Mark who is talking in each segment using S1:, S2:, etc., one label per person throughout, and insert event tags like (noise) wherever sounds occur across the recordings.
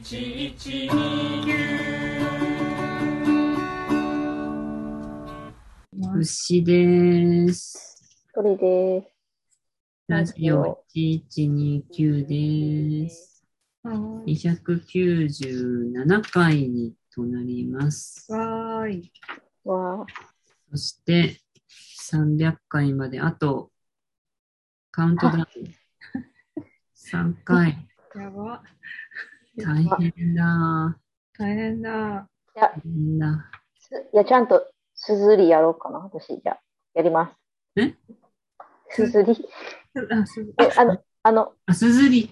S1: 一二
S2: 牛です。
S3: 鳥です。
S2: ラジオ1129です。
S4: はーい。
S2: 297回にとなります。
S4: わーい。
S3: わあ、
S2: そして300回まであとカウントダウン3回。
S4: やば。
S2: 大変だ。
S4: 大変だ。
S2: 大変だ。
S3: すいや、ちゃんと、すずりやろうかな、私。じゃあやります。
S2: え
S3: すずり。
S4: あ、す
S3: え、あの、あの、
S2: あ、すずり。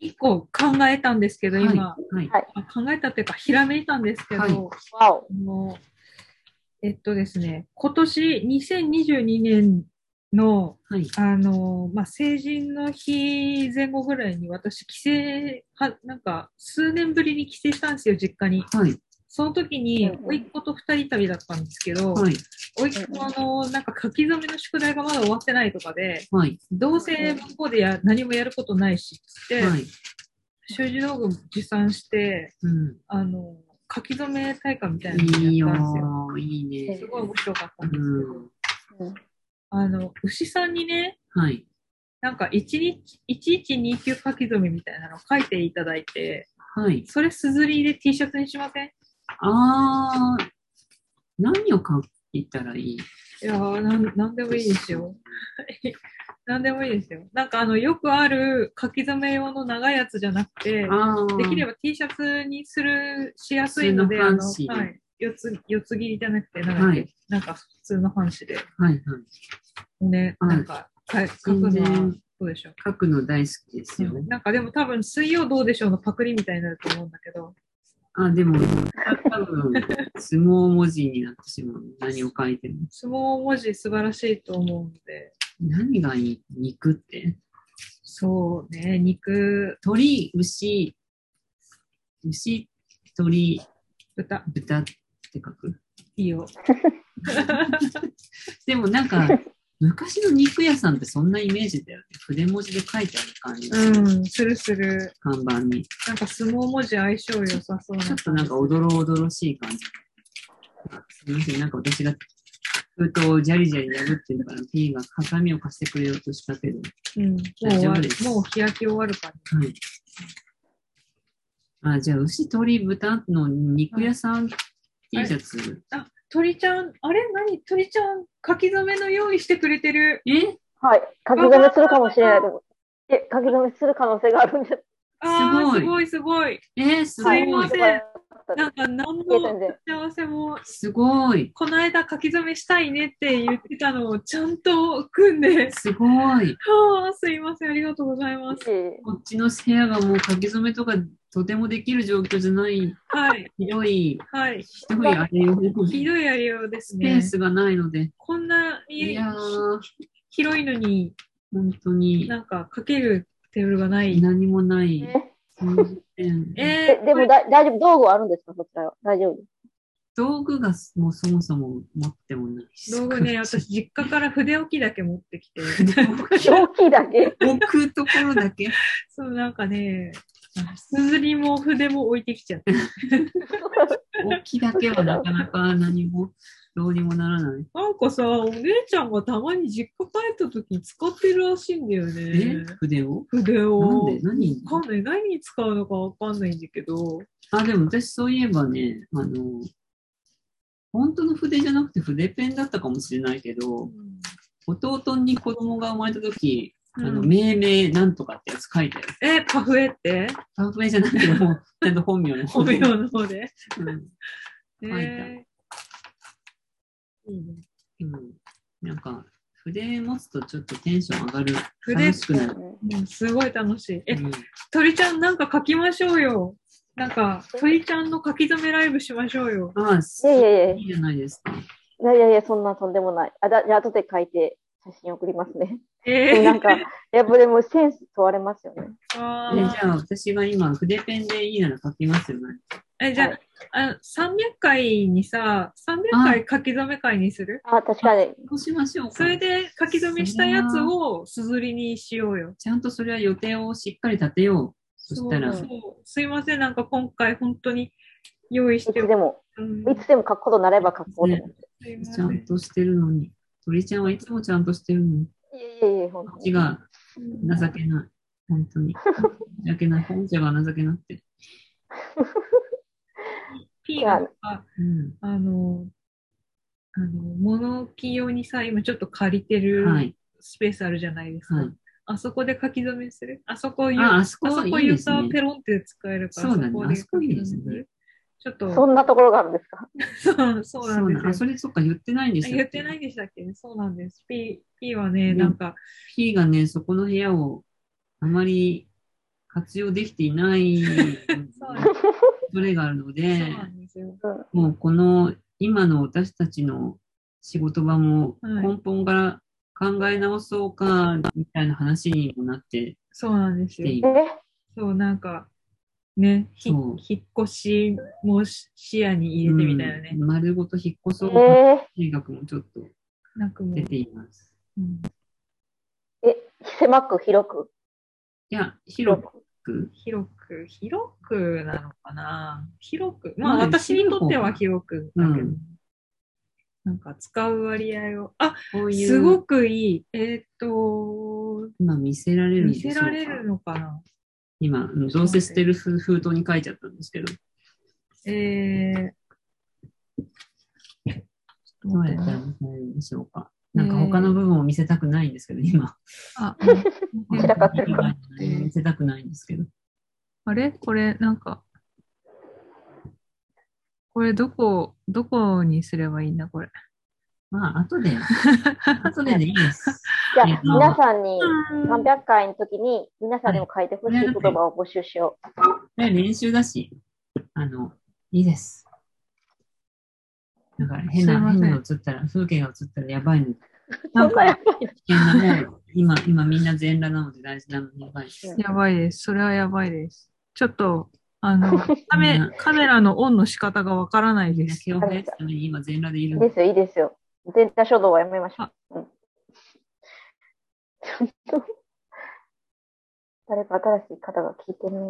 S4: 一個考えたんですけど、
S2: はい。
S4: 今、
S2: はい。
S4: あ考えたっていうか、ひらめいたんですけど、
S2: はい
S3: わお。
S4: あのえっとですね、今年2022年の、
S2: はい。
S4: あの、まあ、成人の日前後ぐらいに私、帰省、は、なんか、数年ぶりに帰省したんですよ、実家に。
S2: はい。
S4: その時に
S3: うんう、ん
S4: 甥っ子と二人旅だったんですけど、
S2: はい。
S4: 甥っ子はあの、なんか書き初めの宿題がまだ終わってないとかで、
S2: はい。
S4: どうせ向こうでや何もやることないしっつって、
S2: はい。
S4: 習字道具持参して、
S2: うん。
S4: あの、書き初め大会みたいなの
S2: いい
S4: や
S2: よ
S4: ったんですよ。
S2: ー。いいね
S4: す。ごい面白かったんですけど、
S2: うん。
S3: うん
S4: あの、牛さんにね、
S2: はい。
S4: なんか一日、1129書き初めみたいなの書いていただいて、
S2: はい。
S4: それすずりで T シャツにしません
S2: あー、何を書いたらいい
S4: いやーなん、なんでもいいですよ。 (laughs) なんでもいいですよ。なんかあの、よくある書き初め用の長いやつじゃなくて、
S2: あー
S4: できれば T シャツにする、しやすいので、あ
S2: 普
S4: の、
S2: 通の半紙
S4: はい。四つ、四つ切りじゃなくて、なんか、
S2: はい
S4: なんか普通の半紙で、
S2: はいはい。
S4: ね、
S2: はい
S4: なんか、か書くの
S2: 全
S4: は
S2: 然
S4: どうでしょう。
S2: 書くの大好きですよ。
S4: なんかでも多分、水曜どうでしょうのパクリみたいになると思うんだけど、
S2: あ、でも、多分、相撲文字になってしまう。何を書いても。
S4: 相撲文字素晴らしいと思うので、
S2: 何がいい肉って。
S4: そうね、肉、
S2: 鳥、牛、牛、鳥、
S4: 豚、
S2: 豚って書く。
S4: いいよ。
S2: でもなん
S4: (laughs)
S2: か、昔の肉屋さんってそんなイメージだよね。筆文字で書いてある感じ。
S4: うん、するする。
S2: 看板に。
S4: なんか相撲文字相性良さそうな。
S2: (laughs) ちょっとなんかおどろおどろしい感じ。あすみません、なんか私が封筒をジャリジャリ破ってるから、P がハサミを貸してくれようとしたけど。
S4: うん、もう
S2: 大
S4: 終
S2: 丈
S4: わ
S2: 夫
S4: る
S2: で。す
S4: もう日焼け終わる感じ。
S2: はい。あ、じゃあ、牛、鳥、豚の肉屋さん T シャツ。
S4: あ、鳥ちゃん、あれ何鳥ちゃん、書き初めの用意してくれてる。
S2: え
S3: はい。書き初めするかもしれないと思う。え、書き初めする可能性があるんじゃ
S4: あ
S2: すご
S4: あ、
S2: い
S4: すごいすごい。
S2: えーすご。
S3: ない
S4: すいません
S3: はいよかったで
S4: な
S3: す
S4: んか何の
S3: いや全然
S4: 打ち合わせも、
S2: すごい。
S4: この間書き初めしたいねって言ってたのをちゃんと組んで、
S2: すごい。
S4: ああ、すいません、ありがとうございます。
S3: 嬉しい
S2: こっちの部屋がもう書き初めとかとてもできる状況じゃない、
S4: はい、
S2: ひどい、
S4: はい。
S2: ひどいあれを
S4: ひどいやりようです
S2: スペー
S4: ね。
S2: スがないので。
S4: こんない家
S2: やー、
S4: 広いのに、
S2: 本当に
S4: なんか書けるテーブルがない。
S2: 何もない。
S3: ね
S2: え
S4: え
S3: え、
S4: ー、
S3: でもだ大丈夫、道具はあるんですかそちらは。大丈夫。
S2: 道具がもうそもそも持ってもないし。
S4: 道具ね、私、実家から筆置きだけ持ってきて、
S3: 正気だけ。
S2: 置くところだけ。
S4: そうなんかね、すずりも筆も置いてきちゃって、
S2: 置きだけはなかなか何も、どうにもならない。
S4: なんかさ、お姉ちゃんがたまに実家帰った時に使ってるらしいんだよ
S2: え
S4: ね。
S2: 筆を
S4: 筆
S2: なん
S4: を。
S2: で何
S4: わかんない。何に使うのかわかんないんだけど。
S2: あ、でも私そういえばね、あの、本当の筆じゃなくて筆ペンだったかもしれないけど、弟に子供が生まれた時、あの、
S4: うん
S2: 命名なんとかってやつ書いてある。
S4: え、パフェって
S2: パフェじゃなくて
S4: (laughs)
S2: も、ちゃんと本名の
S4: 本名の方
S2: (laughs)
S4: で。
S2: うん
S4: え
S2: いた
S4: ーいいね
S2: うんなんか、筆持つとちょっとテンション上がる。
S4: 筆
S2: 楽しくなる。
S4: うんすごい楽しい。え
S2: う、ん
S4: 鳥ちゃんなんか書きましょうよ。なんか、鳥ちゃんの書き初めライブしましょうよ。
S2: ああ、
S3: いやいやいや
S2: いいじゃないですか。
S3: いやいやいや、そんなとんでもない。あだじゃあ、後で書いて写真送りますね。で
S4: え
S3: も
S4: ー
S3: なんか、やっぱでもセンス問われますよね。
S4: あ
S2: え
S4: ー
S2: じゃあ、私が今、筆ペンでいいなら書きますよね。
S4: え、じゃ
S3: は
S4: あ、あの、300回にさ、300回書き初め会にする
S3: あ、確かに。
S2: そうしましょうか。
S4: それで書き初めしたやつをすずりにしようよ。
S2: ちゃんとそれは予定をしっかり立てよそしたら、
S4: そうそうすいません、なんか今回本当に用意し
S3: い
S4: て
S3: つでも、
S4: うん
S3: いつでも書くことになれば書こうと思って。
S4: すいま
S2: ち
S4: せ
S2: ゃ
S4: ん
S2: んとしてるのに。鳥ちゃんはいつもちゃんとしてるのに。
S3: いえいえいえ、ほん
S2: ことっち
S3: に。
S2: が
S4: うん
S2: 情けない。本当に。情けない。本社が情けなくて。
S4: P がなんか
S2: うん。
S4: あの、あの、物置用にさ、今ちょっと借りて
S2: は
S4: る
S2: い。
S4: スペースあるじゃないですか。
S2: はい。
S4: あそこで書き留めするあそこゆ
S2: あ、
S4: あ
S2: あそこ
S4: そ
S2: はい
S4: こ
S2: いで
S4: 床
S2: すね。
S4: ペロンって使えるから、
S2: そうだね
S4: で
S2: あそこいいですね
S4: 書き留めるちょっと、
S3: そんなところがあるんですか
S4: (laughs) そうそうなんですよ。
S2: あ、それそっか、言ってないんで
S4: あ
S2: すよ。
S4: 言ってないでしたっけそうなんです。P, P はね、
S2: うん
S4: なんか、
S2: P がね、そこの部屋をあまり活用できていない
S4: (laughs) そう
S2: それがあるの
S4: そう
S2: で、
S4: なんですよ。
S2: もうこの今の私たちの仕事場も
S4: はい
S2: 根本から考え直そうかみたいな話にもなって
S4: そうなんです
S2: きて
S4: よ
S2: い。る。
S3: え
S4: そう、なんか、ね、ひ
S2: そう
S4: 引っ越しも視野に入れてみたいなね、
S2: うん丸ごと引っ越そうか
S3: え
S2: 計画もちょっと
S4: なんかもう
S2: 出、ています。
S4: うん
S3: ー、え、狭く広く
S2: いや、広
S3: 広く。
S2: く、
S4: 広く、広くなのかな広く、まあ
S2: まあ
S4: 私にとっては広くだけど、
S2: うん
S4: なんか使う割合を、あ、
S2: こういう、
S4: すごくいい。えーっと、
S2: 今見せられるん
S4: 見
S2: でしょ
S4: せ
S2: うから
S4: れるのかな
S2: 今、うんどうせ捨てる封封筒に書いちゃったんですけど、
S4: えー、
S2: どうやったら見せられるんでしょうか。なんか他の部分を見せたくないんですけど、今。
S4: あ、
S3: 散らかってるか
S2: 見せたくないんですけど。
S4: あれこれ、なんか、これどこ、どこにすればいいんだ、これ。
S2: まあ、後
S4: (laughs)
S2: で、後ででいいです。
S3: じゃ
S2: いや
S3: あ、皆さんに、
S4: うん
S3: 300回の時に、皆さんにも書いてほしい言葉を募集しよ
S2: で練習だし、あの、いいです。だから変
S4: すい
S2: な、
S4: ません
S2: 変なの映ったら、風景が映ったらやばいの。危
S3: う。
S4: な
S3: そん
S4: ん
S3: なや
S4: か、
S3: ばい
S2: 険なもう、今、今みんな全裸なので大事なのにやばいです。
S4: やばいです。それはやばいです。ちょっと、あの、カメカメラのオンの仕方がわからないで
S2: 野
S4: す。
S2: 球を増やすために今全裸でいるん
S3: で
S2: です
S3: よ、いいですよ。全体書道はやめましょ
S4: あ
S3: う。うん、 (laughs) ちょっと、誰か新しい方が聞いてない。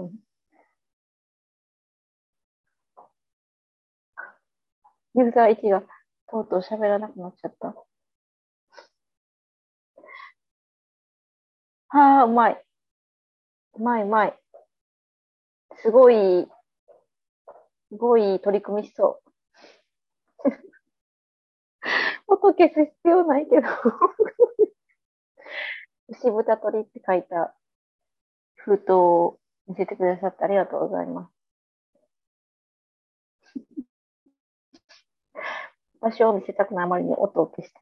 S3: ユーザー1がとうとう喋らなくなっちゃった。はあ、うまい。うまいうまい。すごい、すごい取り組みしそう。音消す必要ないけど。 (laughs) 牛豚鳥って書いた封筒を見せてくださってありがとうございます。場所を見せたくないあまりに音を消して。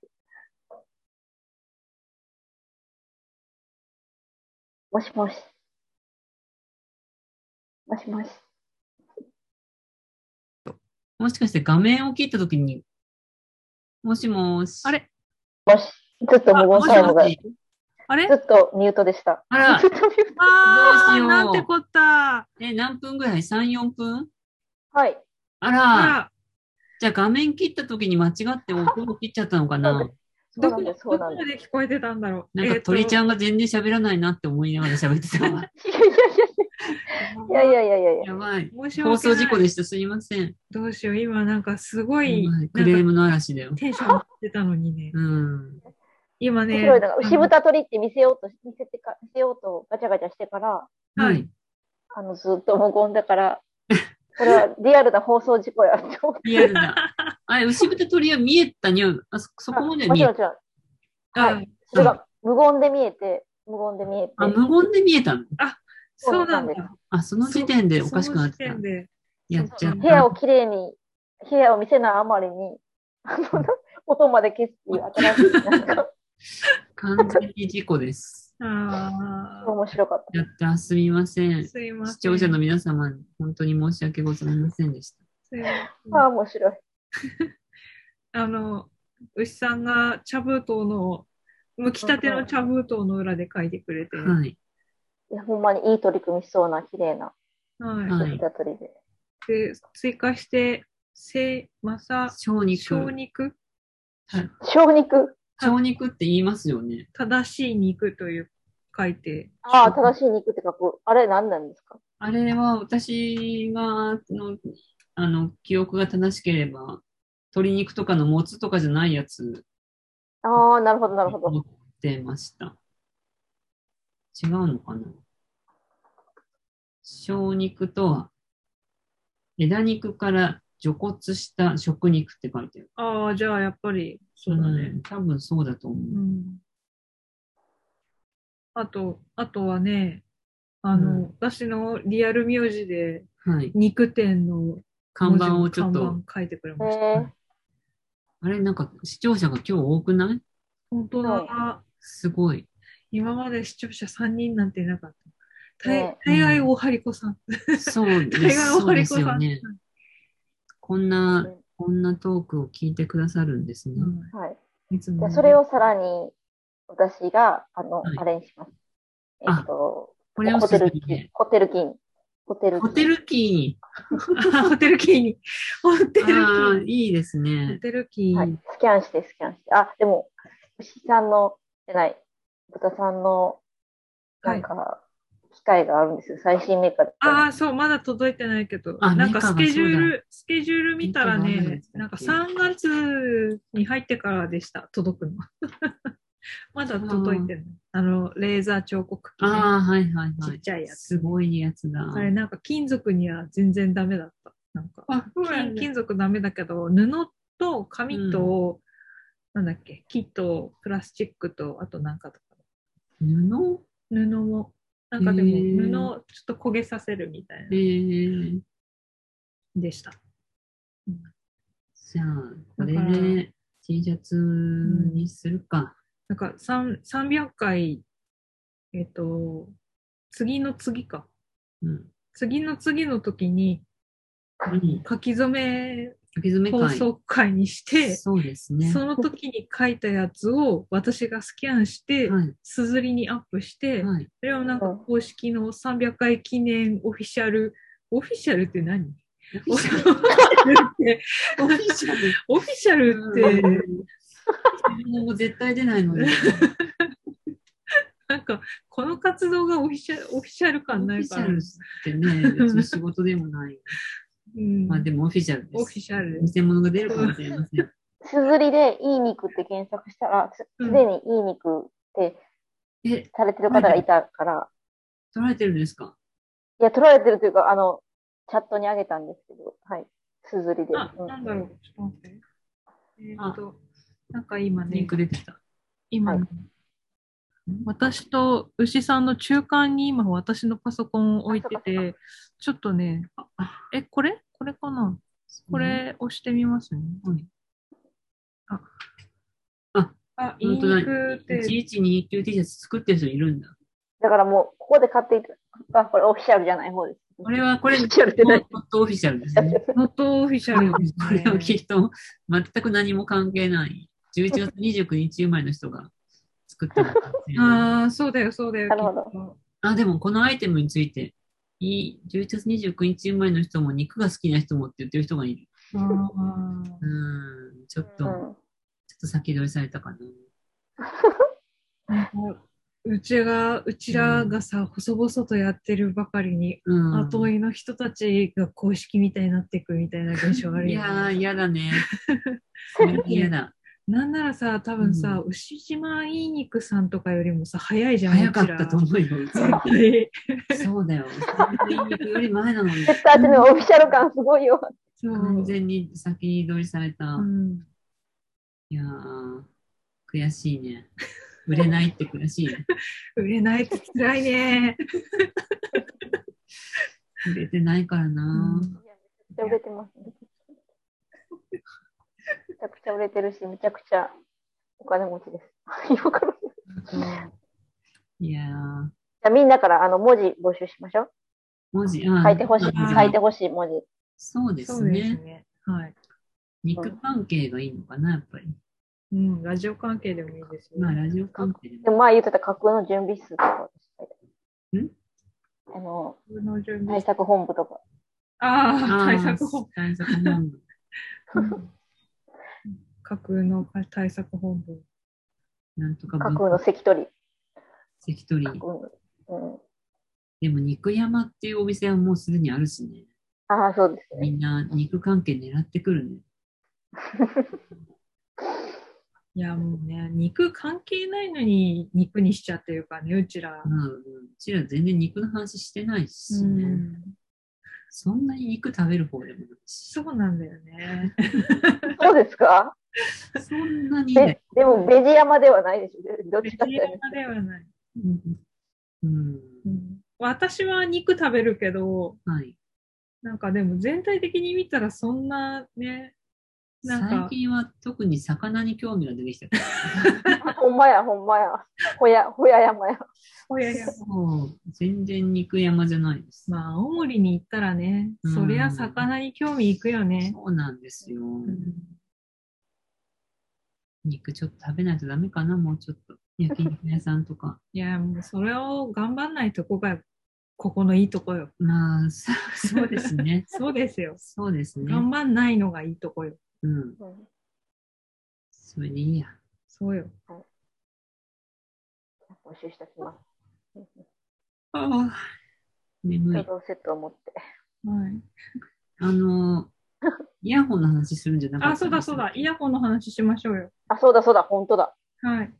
S3: もしもし。もしもし。
S2: もしかして画面を切ったときに、もしもし。
S4: あれ
S3: もし。ちょっと無言タイムが、
S2: も
S3: ず
S2: し
S3: っ
S2: もし
S4: あれ
S3: とミュートでした。
S2: あら
S3: ずっ、とミュート。
S4: あ
S2: どうしよ
S4: ー、
S2: う
S4: なんてこった。
S2: え、何分ぐらい ?3、4分
S3: はい。
S2: あ
S4: あ
S2: ら、
S4: ら、
S2: じゃあ画面切った時に間違って音を切っちゃったのかな
S3: そう
S4: ど
S3: な
S4: こ、
S3: んで
S4: ど
S3: す、そう
S4: こ
S3: な
S4: ま
S3: んです。
S4: で聞こえてたんだろう。
S2: なんか鳥ち
S4: ん。
S2: ゃんが全然喋らないなって思いながら喋ってたわ。
S4: (laughs)
S3: いやいやいやいやいやいや。
S2: やばい。
S4: 申し
S2: 放
S4: 訳
S2: 送
S4: な
S2: 事故
S4: い。
S2: でした。すいません。
S4: どうしよう、今なんかすごい、
S2: やば
S4: なん
S2: い
S4: か
S2: クレームの嵐だよ。
S4: テンション上がってたのにね。
S2: うん。
S4: 今
S3: 面
S4: ね
S3: 白いのが、、牛豚鳥って見せようと、見せてか、見せようとガチャガチャしてから、
S4: は
S2: はいい。
S3: あの、ずっと無言だから、 (laughs) これはリアルな放送事故やって思って。
S2: リアルだ。 (laughs) あれ、牛豚鳥は見えたにゃあそそこまでは
S3: も
S2: 見
S3: ち
S2: え
S3: ろん、も
S2: た。
S3: ちろん。
S4: あ
S3: それが無言で見えて、無言で見えて。
S2: あ、無言で見えたの
S4: そうなんだ。
S2: あ、その時点でおかしくなって
S4: そ
S2: た
S4: の時点。で
S2: やっちゃっ
S3: 部屋
S2: た。
S3: をきれいに、部屋を見せないあまりに、あの音まで消すっていう新しい、なんか、
S2: 完全に事故です。
S4: あ
S3: 面白かっ
S2: やった。すみませ
S4: あ、
S2: ん。
S4: すいません。
S2: 視聴者の皆様に本当に申し訳ございませんでした。
S4: すいません
S3: た。ああ、面白い。
S4: あの、牛さんが茶封筒の、剥きたての茶封筒の裏で書いてくれて、は
S2: はい。
S3: いや、ほんまにいい取り組みしそうな、綺麗な、
S2: はい
S4: い。
S3: 牛豚鳥で。
S4: で、追加して、せ、まさ、
S2: 小
S4: 小
S2: 肉。
S4: 肉
S3: 小肉。
S2: 小肉って言いますよね。
S4: 正しい肉という書いて、
S3: ああ、正しい肉って書く。あれ何なんですか
S2: あれは私がの、あの、記憶が正しければ、鶏肉とかのもつとかじゃないやつ
S3: ああ、なるほど、なるほど。
S2: 持ってました。違うのかな小肉とは、枝肉から除骨した食肉って書いてある。
S4: ああ、じゃあやっぱり、そうだね。
S2: ん多分そうだと思
S4: う
S2: う。
S4: ん。あと、あとはね、あの、
S2: うん
S4: 私のリアル名字で
S2: はい。
S4: 肉店の
S2: 看板をちょっ
S4: 文字
S2: と
S4: の、看板書いてくれ
S3: へ
S4: ました。
S3: え。
S2: あれなんか視聴者が今日多くない
S4: 本当だ。
S2: すごい。
S4: 今まで視聴者3人なんていなかった。
S3: ね
S4: 大大概おはりこさん。
S2: そうで
S4: 大概
S2: す
S4: お
S2: そ
S4: は
S2: うで
S4: りこ
S2: す
S4: さ
S2: よ
S4: ん。
S2: ね。こんな、こんなトークを聞いてくださるんですね。
S4: うん
S3: はい。
S4: いつ
S3: じゃ
S4: も
S3: あ、それをさらに、私が、あの、
S2: はい
S3: あれにします。え
S2: あ
S3: っと、
S2: これを
S3: ホ
S2: す
S3: テ
S2: ぐ
S3: ル
S2: に
S3: キー
S2: ね。、
S3: ホテルキー、ホテルキ
S2: ホ
S3: ー。
S2: テルキ
S4: あ (laughs) ホテルキ
S2: (laughs)
S4: ーに。ホテ
S2: ー。
S4: ルキ
S2: ああ
S4: ー
S2: ー、
S4: に。
S2: いいです
S4: ホ
S2: ね。
S4: テルキーに。
S3: はい。スキャンして、スキャンして。あ、でも、牛さんの、じゃない、豚さんの、なんか、機械があるんですよ。最新メーカーで。
S4: ああ、そう、まだ届いてないけど。
S2: あ
S4: なんか
S2: メカ
S4: ス
S2: がそうだ
S4: ケジュール、スケジュール見たら
S2: メカがあるんで
S4: ね
S2: す、ね
S4: なんか3月に入ってからでした、届くの。 (laughs) まだ届いてない。あの、レーザー彫刻機ね、
S2: ああ、はいはいは
S4: ちっ
S2: い。
S4: ちゃいやつ。
S2: すごいやつだ。
S4: あれ、なんか金属には全然ダメだった。なんか、
S2: あ、そうや
S4: 金
S2: ね
S4: 金属ダメだけど、布と紙と、なんだっけ、木とプラスチックと、あとなんかとか。
S2: 布
S4: 布も、なんかで
S2: へー
S4: も、布ちょっと焦げさせるみたい
S2: え
S4: な
S2: ー、
S4: でした。
S2: じゃあ、これ
S4: だから
S2: で T シャツにするか。
S4: なんか3 300回、えっ、と、次の次か。
S2: うん。
S4: 次の次の時に
S2: うん。
S4: 書き初め
S2: 書き初め
S4: 放
S2: 会。
S4: 送会にして、
S2: そうですね。
S4: その時に書いたやつを私がスキャンして、
S2: は
S4: すずりにアップして
S2: い。、はい。
S4: それをなんか公式の300回記念オフィシャル、オフィシャルって何オフィシャルって、
S2: オフィシャル。
S4: オフィシャルって、
S2: 日本語絶対出ないので。
S4: なんかこの活動がオフィシャルオフィシャル
S2: オフ
S4: 感な
S2: ィ
S4: い
S2: シャ
S4: から。
S2: ルってね、別に仕事でも
S4: (laughs)
S2: ない。
S4: うん
S2: まあでもオフィシャルです。
S4: オフィシャル
S2: 偽物が出るかもしれません。
S3: すずりでいい肉って検索したら、す
S4: うん
S3: すでにいい肉って
S2: え、
S3: されてる方がいたから、
S2: 取られてるんですか
S3: いや、取られてるというか、あの、チャットにあげたんですけど、はい。すずりで。
S4: あ、
S3: うん
S4: なんだろう、ちょっと待って。えーっと、なんか今
S2: リン
S4: ね
S2: ク、出てた。
S4: 今、
S3: はい
S4: 私と牛さんの中間に今、私のパソコンを置いて
S3: あそ
S4: て、ちょっとね、ああえ、これこれかなこれ押してみますね。
S2: はい
S4: あ、
S2: あ、
S4: あ、いい
S2: 本当だ
S4: 肉って、
S2: 1129 T シャツ作ってる人いるんだ。
S3: だからもう、ここで買っていく。あ、これオフィシャルじゃない方です。
S2: これは、これ、
S3: オ
S2: ノ
S3: フィシャルじゃない。
S2: ットオフィシャルです
S4: (laughs)
S2: ね。
S4: ノットオフィシャル
S2: こ
S4: ですね
S2: れはきっと、全く何も関係ない。11月29日生まれの人が作ったのかもしれない
S4: (laughs) ああ、そうだよ、そうだよ。
S3: なるほど
S4: きっと
S2: あ、でもこのアイテムについて、いい11月29日生まれの人も肉が好きな人もって言ってる人がいる。
S4: あー
S2: うーん、ちょっと、ち
S3: う
S2: ょっ
S3: ん。
S2: と先取りされたかな。
S4: うちが、うちらがさ、細々とやってるばかりに、
S2: うん。
S4: 後追いの人たちが公式みたいになっていくみたいな現象ある
S2: い
S4: よ、ね。 (laughs)
S2: やー、嫌だね。それ嫌だ。
S4: なんならさ、多分さ、牛島いい肉さんとかよりもさ、早いじゃん。
S2: 早かったと
S4: う
S2: 思うよ。
S4: ちら。絶対
S2: そうだよ。より前なのに、
S3: 絶対あっちのオフィシャル感すごいよ。
S4: そう。
S2: 完全に先に取りされた。
S4: うん。
S2: いやー、悔しいね。売れないって悔しいね。
S4: 売れないって辛いね。
S2: 売れてないからな。
S4: うん
S3: めちゃくちゃ売れてます。めちゃくちゃ売れてるし、めちゃくちゃお金持ちです。 (laughs) 今からじ
S2: いやー、
S3: ゃあみんなからあの文字募集しましょう。
S2: 文字、あー
S3: 書いてほしい、
S2: あー
S3: 書いてほしい文字。
S2: そうです
S4: そうです
S2: ね。
S4: ね。はい。
S2: 肉関係がいいのかな、やっぱり。
S4: うん、ラジオ関係でもいいですよ
S2: まあ、
S4: ね。
S2: ラジオ関係で
S3: で
S2: も。
S3: も前言ってた架空の準備室とかです。
S2: ん
S3: あの、
S4: 僕の準備
S3: 対策本部とか。
S4: ああ、
S2: あ
S4: (laughs) 対
S2: ー
S4: 策本。
S2: 対策本部。
S4: 架空の対策本部。
S2: なんとか
S3: 架
S2: 文
S3: 空の関取。
S2: 関取。
S3: 架空の。うん。
S2: でも肉山っていうお店はもうすでにあるしね。
S3: ああ、そうです
S2: み
S3: ね。
S2: んな肉関係狙ってくるね。
S4: いや、もうね、肉関係ないのに肉にしちゃってるからね、うちら。
S2: まあ、うちら全然肉の話してないし
S4: う
S2: ね。
S4: ん
S2: そんなに肉食べる方でもない
S4: (laughs)
S2: し。
S4: そうなんだよね。
S3: そうですか
S2: そんなにね
S3: で。でも、ベジ山ではないでしょ。どっ
S4: 別
S3: ちかって
S4: に
S3: いう
S4: 山ではない。
S2: うん。うん
S4: 私は肉食べるけど、
S2: はい。
S4: なんかでも全体的に見たらそんなね、なんか
S2: 最近は特に魚に興味が出てきたから。
S3: と。ほんまや、ほんまや。ほや、ほや山や。
S4: ほやや。
S2: そう。全然肉山じゃないです。
S4: まあ、青森に行ったらね、
S2: うん
S4: そりゃ魚に興味いくよね。
S2: そうなんですよ。
S4: うん
S2: 肉ちょっと食べないとダメかな、もうちょっと。焼肉屋さんとか。
S4: いや、もうそれを頑張んないとこが、ここのいいとこよ。
S2: まあ、そそうです
S4: (laughs)
S2: ね。
S4: そうですよ。
S2: そうですね。
S4: 頑張んないのがいいとこよ。
S2: うん。
S3: うん
S2: それでいいや。
S4: そうよ。
S3: 募集しておきます。
S2: ああ。
S3: ち
S2: 眠
S3: ょう
S2: い。
S3: どセットを持って。
S4: はい。
S2: あ
S4: (laughs)
S2: のー、イヤホンの話するんじゃなかった
S4: あ、そうだそうだ。イヤホンの話しましょうよ。
S3: あ、そうだそうだ、本当だ。
S4: はい。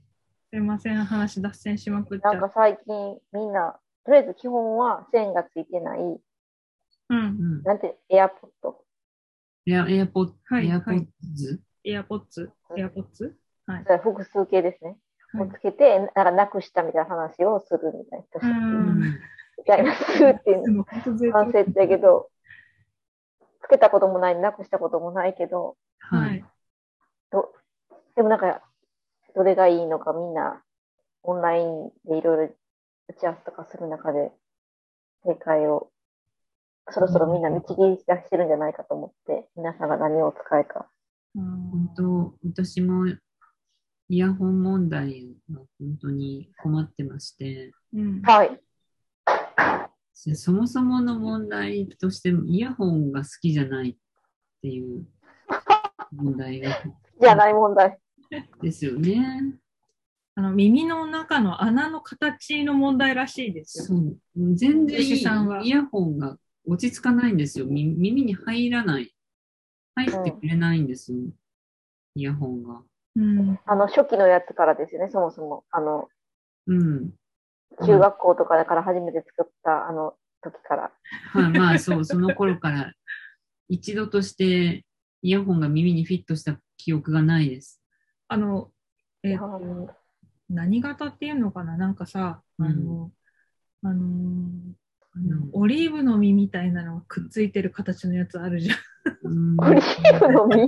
S4: すいません。話脱線しまくっちゃ
S3: なんか
S4: う。
S3: 最近みんな、とりあえず基本は線がついてない、
S4: うん。
S2: うん。
S3: なんて、エアポッド。
S2: エア、エアポッ、
S4: はい
S2: エアポ
S4: は
S2: ッ
S4: い
S2: ズ
S4: エアポッツエアポッツはい
S3: だ。から複数形ですね。
S4: はい
S3: をつけて、なんかなくしたみたいな話をするみたいな人
S4: う。
S2: うんん。
S3: みたいな、するっていう
S4: でも本当絶
S3: 反省
S4: 対。
S3: ってやけど、つけたこともない、なくしたこともないけど、
S2: は。
S4: はいい。
S3: でもなんか、どれがいいのかみんな、オンラインでいろいろ打ち合わせとかする中で、正解を、そろそろみんな導き出してるんじゃないかと思って、皆さんが何をお使いか。
S4: うん
S2: 本当、私もイヤホン問題が本当に困ってまして、
S4: うん。
S3: はい。
S2: そもそもの問題として、イヤホンが好きじゃないっていう問題が
S3: じゃない問題。
S2: ですよね。
S4: あの耳の中の穴の形の問題らしいですよ。
S2: そう全然
S4: 牛さんは
S2: イヤホンが落ち着かないんですよ。み耳に入らない。入ってくれないんですよ。イヤホンが。
S4: うん。
S3: あの、初期のやつからですよね、そもそも。あの、
S2: うん。
S3: 中学校とかから初めて作った、あの、時から。 (laughs)
S2: はい、まあ
S4: (laughs)
S2: そう、その頃から一度としてイヤホンが耳にフィットした記憶がないです。
S4: あの、えっと
S3: あー
S4: 何型っていうのかななんかさ、あの、あのーあの
S2: うん
S4: オリーブの実みたいなのがくっついてる形のやつあるじゃん。
S2: う
S4: (laughs)
S2: ん
S3: オリーブの実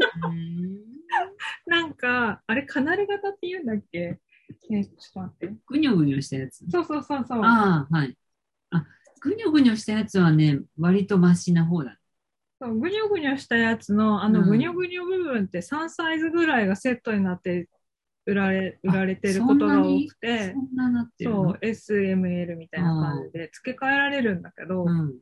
S4: なんか、あれ、カナル型って言うんだっけえちょっと待って。
S2: ぐにょぐにょしたやつ。
S4: そうそうそうそう。
S2: ああ、はい。あ、ぐにょぐにょしたやつはね、割とマシな方だ。
S4: そうぐにょぐにょしたやつの、あの、
S2: うん
S4: ぐにょぐにょ部分って3サイズぐらいがセットになって売られ、売られてることが多く
S2: そ
S4: て、
S2: んななってる
S4: そ
S2: の
S4: う、SML みたいな感じで付け替えられるんだけど、
S2: うん。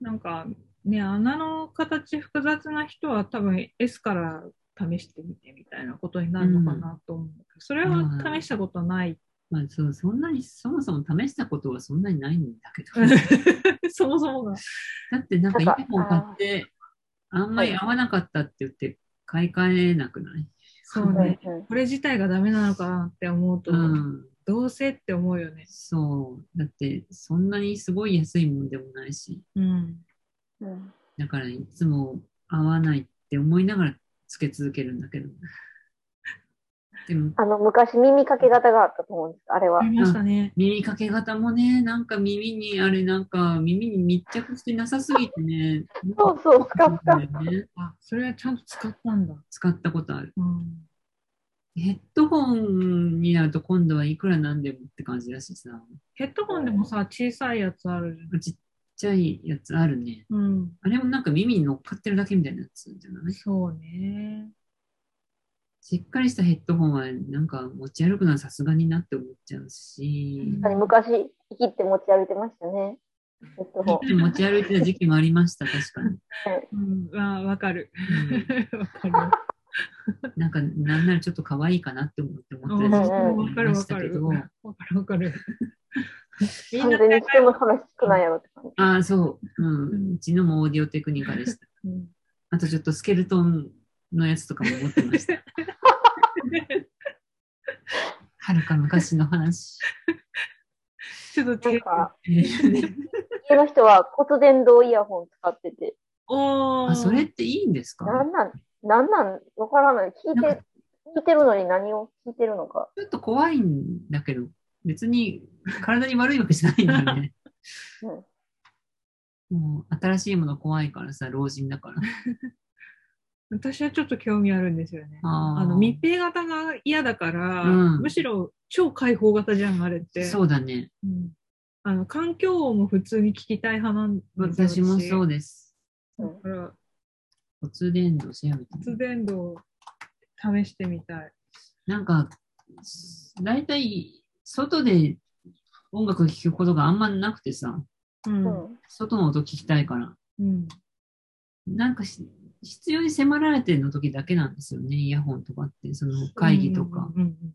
S4: なんかね、穴の形複雑な人は多分 S から試してみてみたいなことになるのかなと思う。それは試したこと (laughs) ない。
S2: まあそう、そんなに、そもそも試したことはそんなにないんだけど。
S4: そもそもが。
S2: (laughs) だってなんかイ
S3: な
S2: ヤ
S3: んか
S2: ホン買って、あんまり合わなかったって言って買い替えなくない
S4: そう
S3: うん
S4: ね。
S3: うん
S4: これ自体がダメなのかなって思うと、
S2: うん。
S4: どうせって思うよね。
S2: そう。だって、そんなにすごい安いもんでもないし、
S4: うん。
S3: うん
S2: だからいつも合わないって思いながらつけ続けるんだけど。でも、
S3: あの、昔耳かけ型があったと思うんです。あれは
S4: あり。ましたね。
S2: 耳かけ型もね、なんか耳に、あれなんか耳に密着してなさすぎてね、
S3: そうそう、使っ
S2: な
S3: た。
S2: んかね
S4: あ、それはちゃんと使ったんだ。
S2: 使ったことある。
S4: うん。
S2: ヘッドホンになると今度はいくらなんでもって感じだしさ、
S4: ヘッドホンでもさ、小さいやつあるじゃん。
S2: ちっちゃいやつあるね。
S4: うん。
S2: あれもなんか耳に乗っかってるだけみたいなやつじゃない
S4: そうね。
S2: しっかりしたヘッドホンはなんか持ち歩くのはさすがになって思っちゃうし、
S4: うん
S3: あれ昔、生きて持ち歩いてましたね。ヘッドホン
S2: 持ち歩いてた時期もありました、確かに。
S4: うん、あわかる。 (laughs)
S2: うん
S4: わかるよ。
S2: なんか、なんならちょっと可愛いかなって思って持っ
S4: うん
S2: て
S3: う
S2: た
S3: ん
S2: 時期
S3: うん
S2: も
S4: わ
S2: あ
S4: か
S2: り
S4: る
S2: ま
S4: わ
S2: した
S4: か
S2: け (laughs)
S4: る。
S2: ど、
S4: わかるわかる。みん
S3: 完
S4: な
S3: 全に
S4: 高い
S3: 人の話少ないやろって感じ。
S2: ああ、そう。うん。
S4: うん
S2: うちのもオーディオテクニカでした。
S4: うん
S2: あとちょっとスケルトンのやつとかも持って
S4: (laughs)
S2: ました。はるか昔の話。
S4: ちょっと
S3: な
S4: 手
S3: んか、
S2: ね
S3: 家の人は骨伝導イヤホン使ってて、
S4: おー
S2: あ、それっていいんですか
S3: なんなん、なんなん、わからない。聞い
S2: なん
S3: て
S2: か、
S3: 聞いてるのに何を聞いてるのか。
S2: ちょっと怖いんだけど、別に体に悪いわけじゃないんだよね。もう新しいもの怖いからさ、老人だから。
S4: 私はちょっと興味あるんですよね。
S2: あー
S4: あの密閉型が嫌だから、
S2: うん
S4: むしろ超開放型じゃん、あれって。
S2: そうだね。
S4: うんあの環境音も普通に聞きたい派なんで
S2: 私
S4: すよ
S2: もそうです。
S3: うん
S4: だから、
S2: 骨伝導調べてみる
S4: 発電度を試してみたい。
S2: なんか、大体、外で音楽聴くことがあんまなくてさ、
S4: う。
S3: うんん。
S2: 外の音聞きたいから、
S4: うん。
S2: なんかし必要に迫られての時だけなんですよね、イヤホンとかって、その会議とか。
S4: うん。うん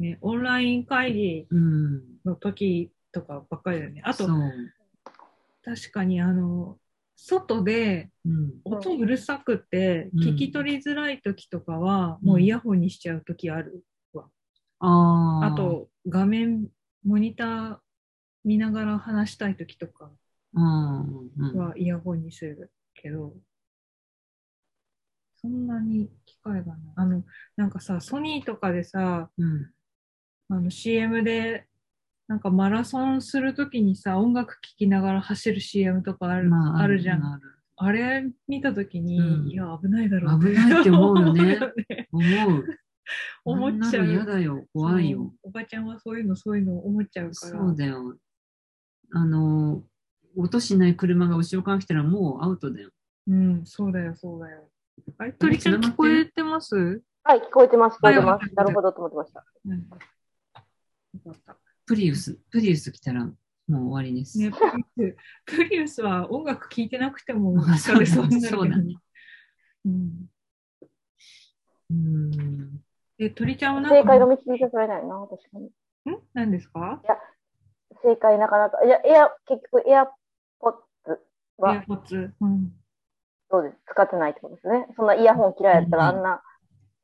S4: うんね、オンライン会議
S2: うん。
S4: の時とかばっかりだよね。あ
S2: そ
S4: と
S2: う。、
S4: 確かにあの、外で
S2: うん。
S4: 音うるさくて
S2: うん
S4: 聞き取りづらい時とかは、
S2: うん
S4: もうイヤホンにしちゃう時ある。
S2: ああ。
S4: あ、と、画面、モニター見ながら話したい時とか
S2: うんうんうん。
S4: はイヤホンにするけど、そんなに機会がない。あの、なんかさ、ソニーとかでさ、
S2: うん。
S4: あの CM で、なんかマラソンするときにさ、音楽聴きながら走る CM とかある,、
S2: まあ、
S4: あるじゃん。
S2: ある。
S4: あれ見たときに、
S2: うん
S4: いや、危ないだろ
S2: 危ないって思うよ
S4: 思
S2: ね
S4: (laughs) うよね
S2: 思う。
S4: 思っちゃう
S2: あんなの嫌だよ。怖いよ。
S4: おばちゃんはそういうの、そういうの思っちゃうから。
S2: そうだよ。あの、音しない車が後ろから来たらもうアウトだよ。
S4: うん、そうだよ、そうだよ。あれ、鳥ちゃん聞こえてます
S3: はい、聞こえてます、聞こえてま
S4: はい
S3: す。なるほどと思ってました。
S4: うん。よかった。
S2: プリウス、プリウス来たらもう終わりです。
S4: ね、プ
S2: (laughs)
S4: リウス、プリウスは音楽聴いてなくても
S2: まあ
S4: 疲れそうになるけど
S2: そうだね。
S4: うん。
S2: うん。
S4: え、鳥ちゃんはなんか
S3: 正解が導き出されないな、確かに。
S4: ん何ですか
S3: 正解なかなか。いや、エア、結局、エアポッツ
S4: エア
S3: は
S4: ポッツ。うん。
S3: どうです使ってないってことですね。そんなイヤホン嫌いやったら、あ
S2: うん
S3: んな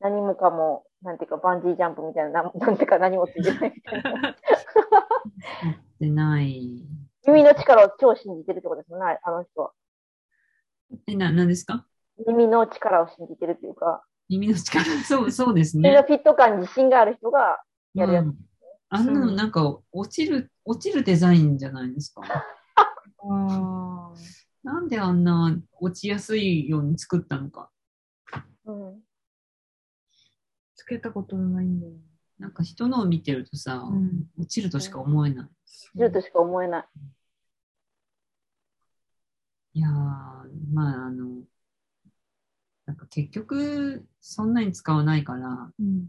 S3: 何もかも、なんていうか、バンジージャンプみたいな、なん (laughs) なんていうか何もついてない。
S2: 持ってない。
S3: 耳の力を超信じてるってことですね、あの人は。
S2: え、な、何ですか
S3: 耳の力を信じてるっていうか、
S2: 耳の力。 (laughs) そう、そうです
S3: 耳の
S2: ね。
S3: フィット感に自信がある人がやるやつ。
S2: うんあんなのなんか落ちる、落ちるデザインじゃないですか。
S4: ああ。
S2: なんであんな落ちやすいように作ったのか。
S3: うん。
S4: つけたことないんだよね。
S2: なんか人のを見てるとさ、
S4: うん
S2: 落ちるとしか思えない。
S3: 知るとしか思えない。
S2: いやー、まああの、なんか結局そんなに使わないから、
S4: うん。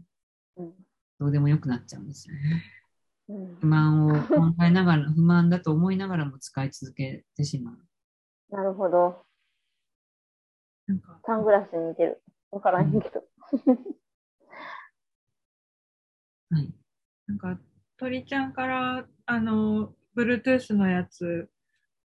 S3: うん。
S2: どうでもよくなっちゃうんですよね。
S3: うん
S2: 不満を考えながら、不 (laughs) 満だと思いながらも使い続けてしまう。
S3: なるほど。
S4: なんか、
S3: サングラスに似てる。わからへんけど。
S2: はい。
S4: なんか、鳥ちゃんから、あの、Bluetooth のやつ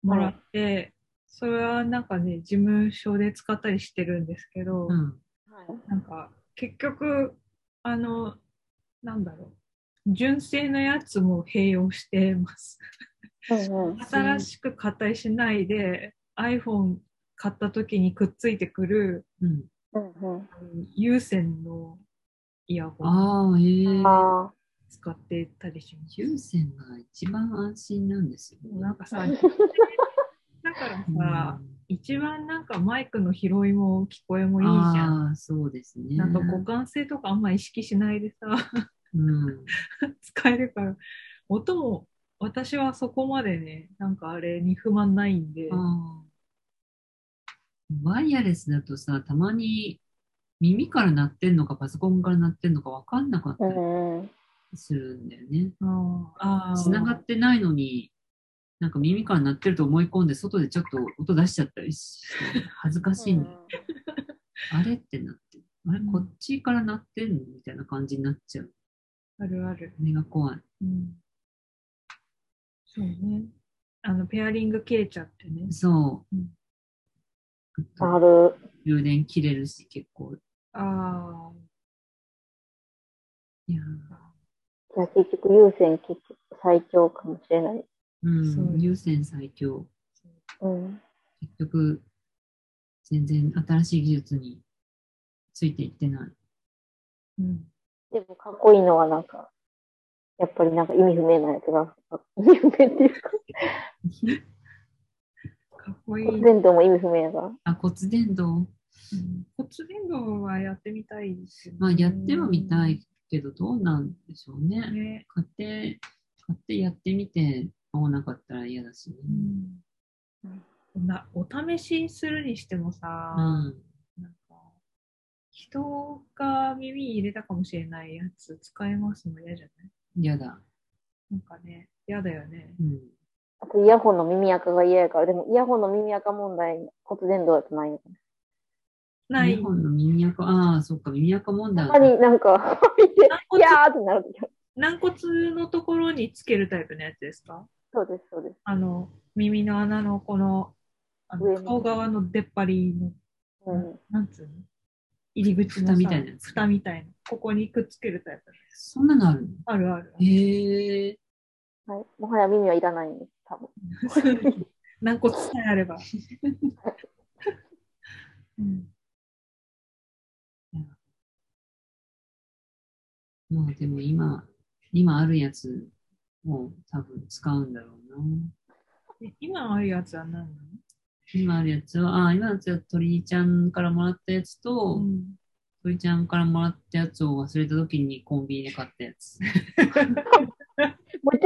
S4: もらって、それはなんかね、事務所で使ったりしてるんですけど、
S2: うん。
S3: はい
S4: なんか、結局、あの、なんだろう、純正のやつも併用してます。
S3: うんうん
S4: 新しく買ったりしないで、iPhone 買った時にくっついてくる
S2: うん。
S3: うんうん
S4: あの有線のイヤホン
S2: ああ、へえ。
S3: あ
S4: 使ってたりします。
S2: 有線が一番安心なんですよ。
S4: なんか
S2: (laughs)
S4: さ、だから
S2: うん
S4: さ、一番なんかマイクの拾いも聞こえもいいじゃん。
S2: ああ、そうですね。
S4: なんか互換性とかあんま意識しないでさ、 (laughs)
S2: うん。
S4: 使えるから、音も、私はそこまでね、なんかあれに不満ないんで、
S2: あーワイヤレスだとさ、たまに耳から鳴ってんのか、パソコンから鳴ってんのか分かんなかっ
S3: あ。う
S2: たり
S3: んうん。
S2: するんだよね。
S4: あー
S2: つながってないのに、なんか耳から鳴ってると思い込んで、外でちょっと音出しちゃったりして、恥ずかしいんだよ。あれってなって、あれ、
S4: うん
S2: こっちから鳴ってんのみたいな感じになっちゃう。
S4: あるある。
S2: 目が怖い。
S4: うんそうね。あの、ペアリング切れちゃってね。
S2: そう
S4: うん。
S3: ある。
S2: 充電切れるし、結構。
S4: ああ、
S2: いやー
S3: じゃあ結局優先結局最強かもしれない。
S2: う、
S4: そうん
S2: 優先最強。
S3: うん。
S2: 結局、全然新しい技術についていってない。
S4: うん。
S3: でもかっこいいのはなんか、やっぱりなんか意味不明なやつが、あ意味不明っていうか、 (laughs)
S4: かっこいい。
S3: 骨伝導も意味不明やが。
S2: あ、骨伝導。
S4: うん骨伝導はやってみたいですよね。
S2: まあ、やってはみたいけど、どうなんでしょうね。
S4: ね。
S2: 買って、買ってやってみて、合わなかったら嫌だしね。
S4: うん、なお試しするにしてもさ、
S2: うん。
S4: なんか人が耳に入れたかもしれないやつ使えますの嫌じゃない
S2: 嫌だ。
S4: なんかね、嫌だよね。
S2: うん。
S3: あとイヤホンの耳垢が嫌やから、でもイヤホンの耳垢問題、骨伝導やとないのか
S4: ない。
S2: 日本の耳垢、ああ、そっか、耳垢問
S3: な。
S2: 題
S3: やっぱりなん
S4: (laughs)
S3: か、見て、いやーってなる。
S4: 軟骨のところにつけるタイプのやつですか
S3: そうです、そうです。
S4: あの、耳の穴のこの、あ
S3: 上
S4: の
S3: の
S4: 顔側の出っ張りの、
S3: うん。
S4: なんつうの入り口のさ
S2: 蓋みたいなやつ
S4: 蓋みたいな。ここにくっつけるタイプ。
S2: そんなのある
S4: あるある。
S2: のへえ。
S3: はい。もはや耳はいらないんです、多分。
S4: (laughs) 軟骨さえあれば。うん、
S2: まあでも今、今あるやつを多分使うんだろうな。
S4: で今あるやつは何なの
S2: 今あるやつは、ああ、今のやつは鳥ちゃんからもらったやつと、
S4: うん
S2: 鳥ちゃんからもらったやつを忘れた時にコンビニで買ったやつ。
S3: むち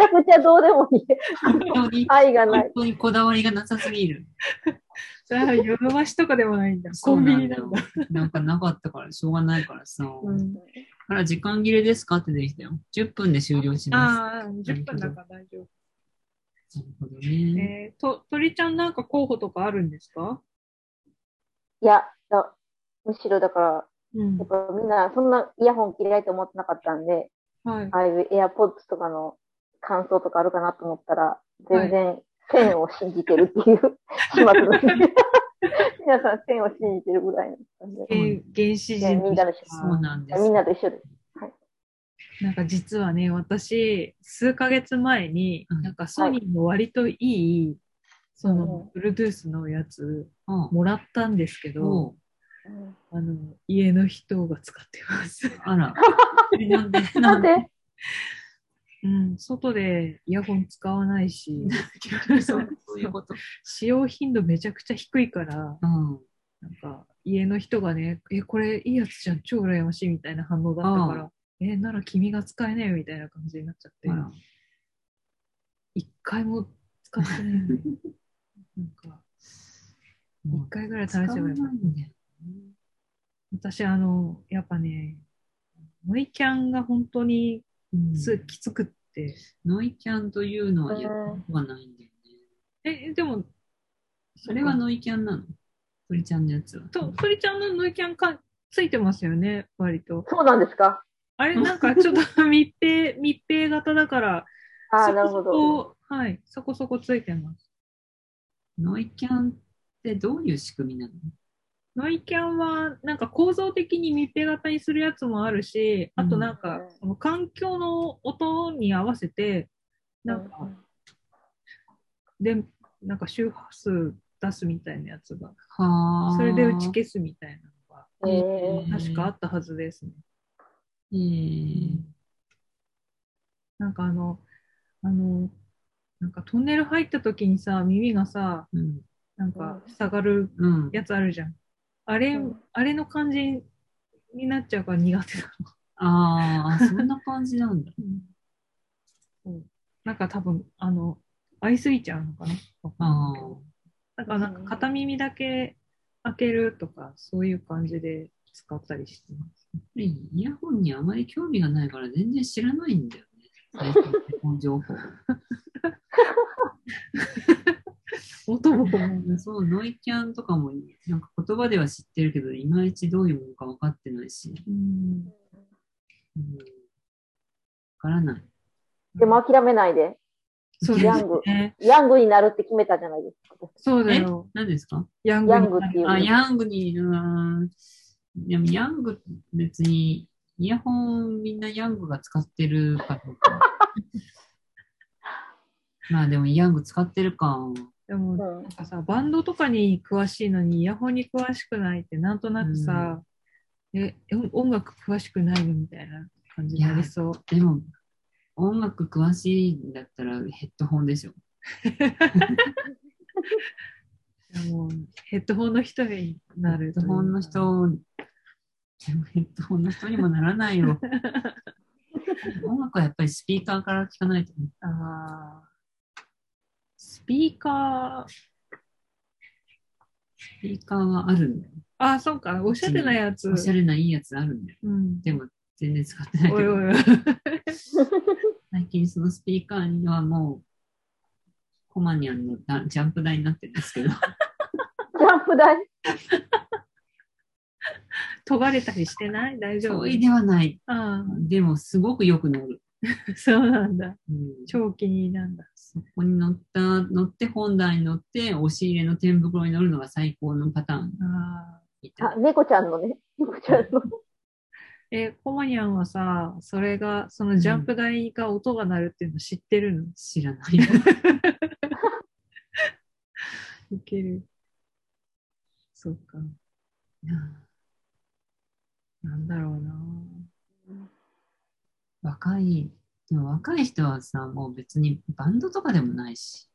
S3: ゃくちゃどうでもい (laughs) い。
S2: 本当に、
S3: 愛がな
S2: 本
S3: い。
S2: 当にこだわりがなさすぎる。
S4: それはヨドバシとかでもないんだ。コンビニなんだ。
S2: そうなんだよなんかなかったから、しょうがないからさ。
S4: う
S2: だ
S4: ん、
S2: から時間切れですかって出てきたよ。10分で終了しま
S4: ああ、10分だから大丈夫。
S2: す。なるほどね。
S4: えー、と鳥ちゃんなんか候補とかあるんですか、
S3: いや、だむしろだから、
S4: うん
S3: やっぱみんなそんなイヤホン嫌いと思ってなかったんで、
S4: はい、
S3: ああいう AirPods とかの感想とかあるかなと思ったら、全然線を信じてるっていう始末なんで、 (laughs) 皆さん線を信じてるぐらいなんで、
S4: 原原始
S3: ね
S4: 人
S3: みんなで
S2: そ
S3: 一
S2: うなんです。
S3: 緒。みんなと一緒です。
S4: なんか実はね私数ヶ月前に、
S2: うん
S4: なんかソニーの割といいその、
S3: う
S4: Bluetooth のやつ
S2: うん
S4: もらったんですけど、
S2: おう
S3: うん
S4: あの家の人が使ってます、
S2: あら。 (laughs) なん
S4: (laughs)
S2: で、
S3: な
S2: なんん
S3: で
S2: で、
S4: うん、外でイヤホン使わないし
S2: そうそういうこと。
S4: 使用頻度めちゃくちゃ低いから
S2: うん。
S4: なんか家の人がね、え、これいいやつじゃん、超羨ましいみたいな反応だったから、え、なら君が使えないよみたいな感じになっちゃって
S2: あ、ら。
S4: 一回も使っ
S2: (laughs)
S4: てないのに、なんか、
S2: も
S4: 一
S2: う
S4: 回ぐらい試
S2: 使
S4: せ
S2: わな
S4: ば
S2: い
S4: よかった。
S2: んだよね。
S4: 私、あの、やっぱね、ノイキャンが本当に
S2: うん
S4: つ、きつくって、
S2: ノイキャンというのはやったはないんだよね。
S4: え、でも、
S2: それはノイキャンなの鳥ちゃんのやつは。
S4: と、鳥ちゃんのノイキャンかついてますよね、割と。
S3: そうなんですか (laughs)
S4: あれ、なんかちょっと密閉、密閉型だから、
S3: ああ、
S4: そ
S3: なるほ
S4: こそ
S3: ど。
S4: こ、はい、そこそこついてます。
S2: ノイキャンってどういう仕組みなの
S4: ノイキャンはなんか構造的に密閉型にするやつもあるし、あとなんか
S3: うん
S4: その環境の音に合わせて、なん
S3: う
S4: か、で、なんか周波数出すみたいなやつが、
S2: はあ。
S4: それで打ち消すみたいな
S3: え
S2: え
S3: ー
S4: のが確かあったはずですね。
S2: えー
S4: なんかあの、あの、なんかトンネル入った時にさ、耳がさ、
S2: うん。
S4: なんか下がる
S2: うん。
S4: やつあるじゃん。あれ、
S3: うん
S4: あれの感じになっちゃうから苦手だ。
S2: ああ、そんな感じなんだ。
S4: そうなんか多分、あの、合いすぎちゃうのかなわかん
S2: あ
S4: ないけどだからなんか片耳だけ開けるとか、そういう感じで使ったりしてます。
S2: あ。イヤホンにあまり興味がないから全然知らないんだよね。最近の結婚
S4: (laughs)
S2: 情報。
S4: 音も
S2: そう、ノイキャンとかも、なんか言葉では知ってるけど、いまいちどういうものか分かってないし、
S4: うん。
S2: うん、分からない。
S3: でも諦めないで。
S4: そうで
S3: ヤ
S4: す
S3: ング
S4: ね。
S3: ヤングになるって決めたじゃないですか。
S4: そうだ
S2: え
S4: よ。
S2: 何ですか
S4: ヤング
S3: ヤ
S4: に
S3: ングっていう。
S2: あ、ヤングに、うーん。でもヤング、別に、イヤホンみんなヤングが使ってるかどう
S4: (laughs)
S2: か。まあでもヤング使ってるか。
S4: でも、
S3: う
S4: なん
S3: ん
S4: かさ、バンドとかに詳しいのに、イヤホンに詳しくないって、なんとなくさ、え、音楽詳しくないのみたいな感じになりそう。
S2: でも、音楽詳しいんだったらヘッドホンでしょ。
S4: いやもうヘッドホンの人になる
S2: ヘッドホンの。人、でもヘッドホンの人にもならないよ。音楽はやっぱりスピーカーから聞かないとね。
S4: ああ。スピーカー、
S2: スピーカーはあるんだよ。
S4: ああ、そうか、おしゃれなやつ。
S2: おしゃれないいやつあるんだよ。
S4: うん。
S2: でも全然使ってない
S4: お
S2: け
S4: い
S2: ど。
S4: おいおい。 (laughs)
S2: 最近そのスピーカーにはもう、コマニャンのだジャンプ台になってるんですけ
S4: (laughs)
S2: ど、
S3: ジャンプ台
S4: 研がれたりしてない大丈夫
S2: 上位ではない。
S4: あ
S2: でも、すごくよく乗る。
S4: あ、そうなんだ。
S2: うん
S4: 超気になんだ。
S2: そこに乗った、乗って、本棚に乗って、押し入れの天袋に乗るのが最高のパターン
S4: ああ。
S2: みたい
S3: あ
S2: な。、
S3: 猫ちゃんのね。猫ちゃんの。
S4: え、コマニャンはさ、それが、そのジャンプ台が音が鳴るっていうの知ってるの
S2: 知らないよ。
S4: いける。そうか。
S2: いや
S4: なんだろうな。
S2: 若い、でも若い人はさ、もう別にバンドとかでもないし、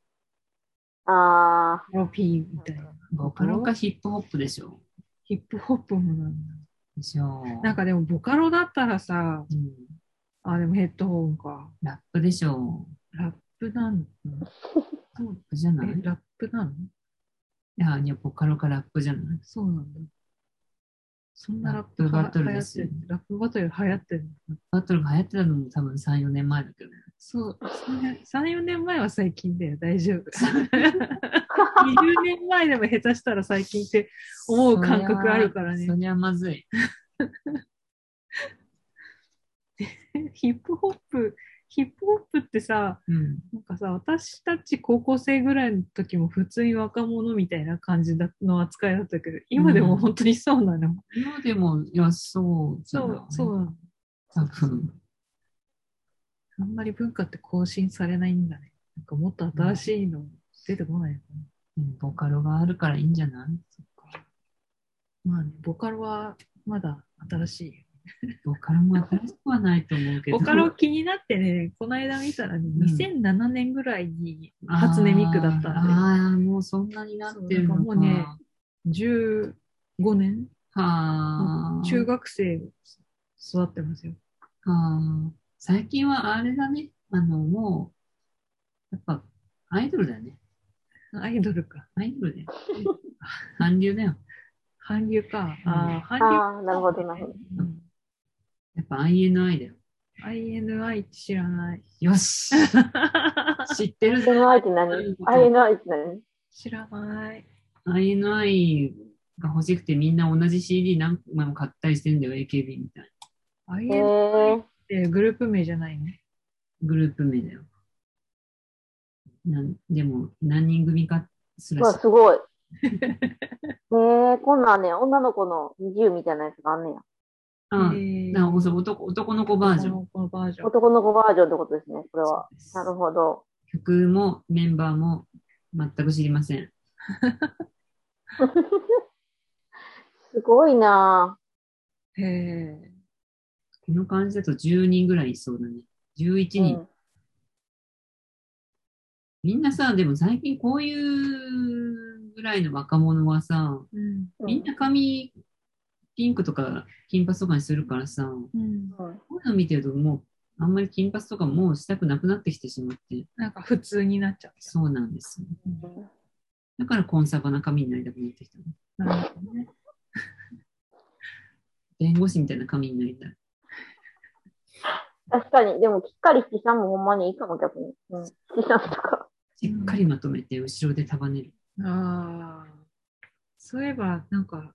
S3: あ
S4: ロピーみたいな。
S2: ボカロかヒップホップでしょ。
S4: ヒップホップもなんだ。
S2: でしょ。
S4: なんかでもボカロだったらさ、
S2: うん、
S4: あ、でもヘッドホンか。
S2: ラップでしょ。
S4: ラップなんの
S2: ラップじゃない
S4: え、ラップなの
S2: いや、いやボカロかラップじゃない
S4: そうなんだ。そんなラッ
S2: ラ
S4: プ
S2: ップ
S4: が
S2: バトルですよ
S4: 流行ってんのラップバトル流行ってるの
S2: バトルが流行ってたのも多分3、4年前だけど、
S4: そう、3、4年前は最近だよ、大丈 (laughs) 夫。20年前でも下手したら最近って思う感覚あるから
S2: そ
S4: ね
S2: りゃそりゃまずい。
S4: ヒップホップ、ヒップホップってさ、
S2: うん。
S4: なんかさ、私たち高校生ぐらいの時も普通に若者みたいな感じだの扱いだったけど、今でも本当にそうなの。
S2: 今でも、いや、そうじゃ
S4: そ、
S2: ないう
S4: そうなの。
S2: 多分。
S4: あんまり文化って更新されないんだね。なんかもっと新しいの出てこないのか
S2: うんボカロがあるからいいんじゃない
S4: な。まあね、ボカロはまだ新しいよ。
S2: ボカロも新しくはないと思うけど。
S4: ボカロ気になってね、この間見たらね、
S2: ん
S4: 2007年ぐらいに初音ミクだったんで、
S2: あーあー、もうそんなになってるのか。
S4: そうなんかもうね15年
S2: はあ。
S4: 中学生育ってますよ。
S2: はあ。最近はあれだね。あの、もう、やっぱ、アイドルだよね。
S4: アイドルか。
S2: アイドルだよ。
S4: (laughs)
S2: 韓流だよ。
S4: 韓流か。ああ、韓
S3: あ、
S4: 流。
S3: ああ、なるほど、なるほど。
S4: うん
S2: やっぱ INI だよ。
S4: INI って知らない。
S2: よし
S3: (laughs)
S2: 知ってるぞ
S3: INI って何 ?INI って何
S4: 知らない。
S2: INI が欲しくてみんな同じ CD 何枚も買ったりしてんだよ、AKB みたいな。
S3: え
S4: INI っ
S3: え
S4: てグループ名じゃないの
S2: グループ名だよ。なんでも、何人組かす
S3: ー、ま
S2: ら
S3: あ
S2: し
S3: す
S2: (laughs)
S3: ごい。えー、こんなんね、女の子の20みたいなやつがあんねや。
S2: あ
S4: えー
S2: なおそう男男の子バージョン。
S4: このバージョン。
S3: 男の子バージョンってことですね、これは。
S2: そうです
S3: なるほど。
S2: 曲もメンバーも全く知りません。
S3: すごいな
S4: へえ。
S2: この感じだと10人ぐらいいそうだね。11
S3: ぁ。
S2: 人。
S3: うん
S2: みんなさ、でも最近こういうぐらいの若者はさ、
S4: うん。
S3: うん
S2: みんな髪ピンクとか金髪とかにするからさ、こ
S4: うん。
S3: うん
S2: ういうの見てるともうあんまり金髪とかもうしたくなくなってきてしまって、
S4: なんか普通になっちゃった。
S2: そうなんですよ。
S3: うん
S2: だからコンサバな髪になりたくなってきたの。
S4: なるほどね。
S2: 弁護士みたいな髪になりたい。
S3: 確かに、でも、きっかり七三もほんまにいいかも、逆に。うん、七三とか。
S2: しっかりまとめて後ろで束ねる。
S4: ああ。そういえば、なんか、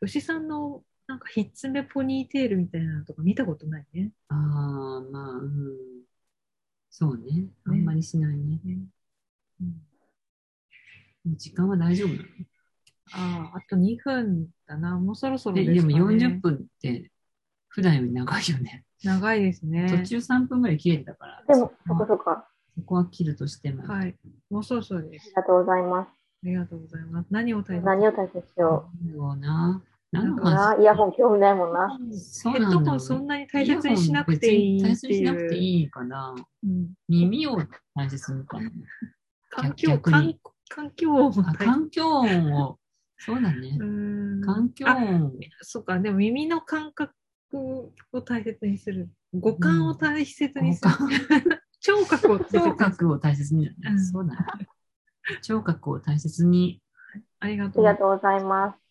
S4: 牛さんの、なんか、ひっつめポニーテールみたいなのとか見たことないね。
S2: ああ、まあ、うん。そうね。あんまりしないね。
S4: ねうん
S2: もう時間は大丈夫なの
S4: ああ、あと2分だな。もうそろそろ
S2: え
S4: ですか、
S2: で
S4: ね。
S2: も40分って、普段より長いよね。
S4: 長いですね。
S2: 途中3分ぐらい切れてたから、
S3: でも、そこそこ。あ
S2: そこは切るとしても。
S4: はい。もうそろそろです。
S3: りがとうございます。
S4: ありがとうございます。何を大切
S3: 何を大切にしよ
S2: そうな。なん
S3: う
S2: の
S3: かな
S2: 話。
S3: イヤホン興味ないもんな。
S2: そう
S4: ヘ
S2: な
S4: ッ
S2: んだ
S4: ド
S2: ろうね
S4: ホンそんなに大切にしなくていい
S2: や
S4: って
S2: 別に大切にしなくて
S4: いう。
S2: いいかな。
S4: うん
S2: 耳を大切にかな。
S4: 環境、
S2: 逆に
S4: 環環境音を
S2: あ
S4: 大切
S2: 環境音を、そうだね。
S4: うーん
S2: 環境
S4: あ
S2: 音を。
S4: そうか、でも耳の感覚を大切にする。五感を大切
S2: (laughs)
S4: にする。聴覚を大切
S2: 聴
S4: に
S2: 覚を大切に、そうだね。聴覚を大切に。
S4: ありが
S3: あり
S4: とう
S3: がとうございます。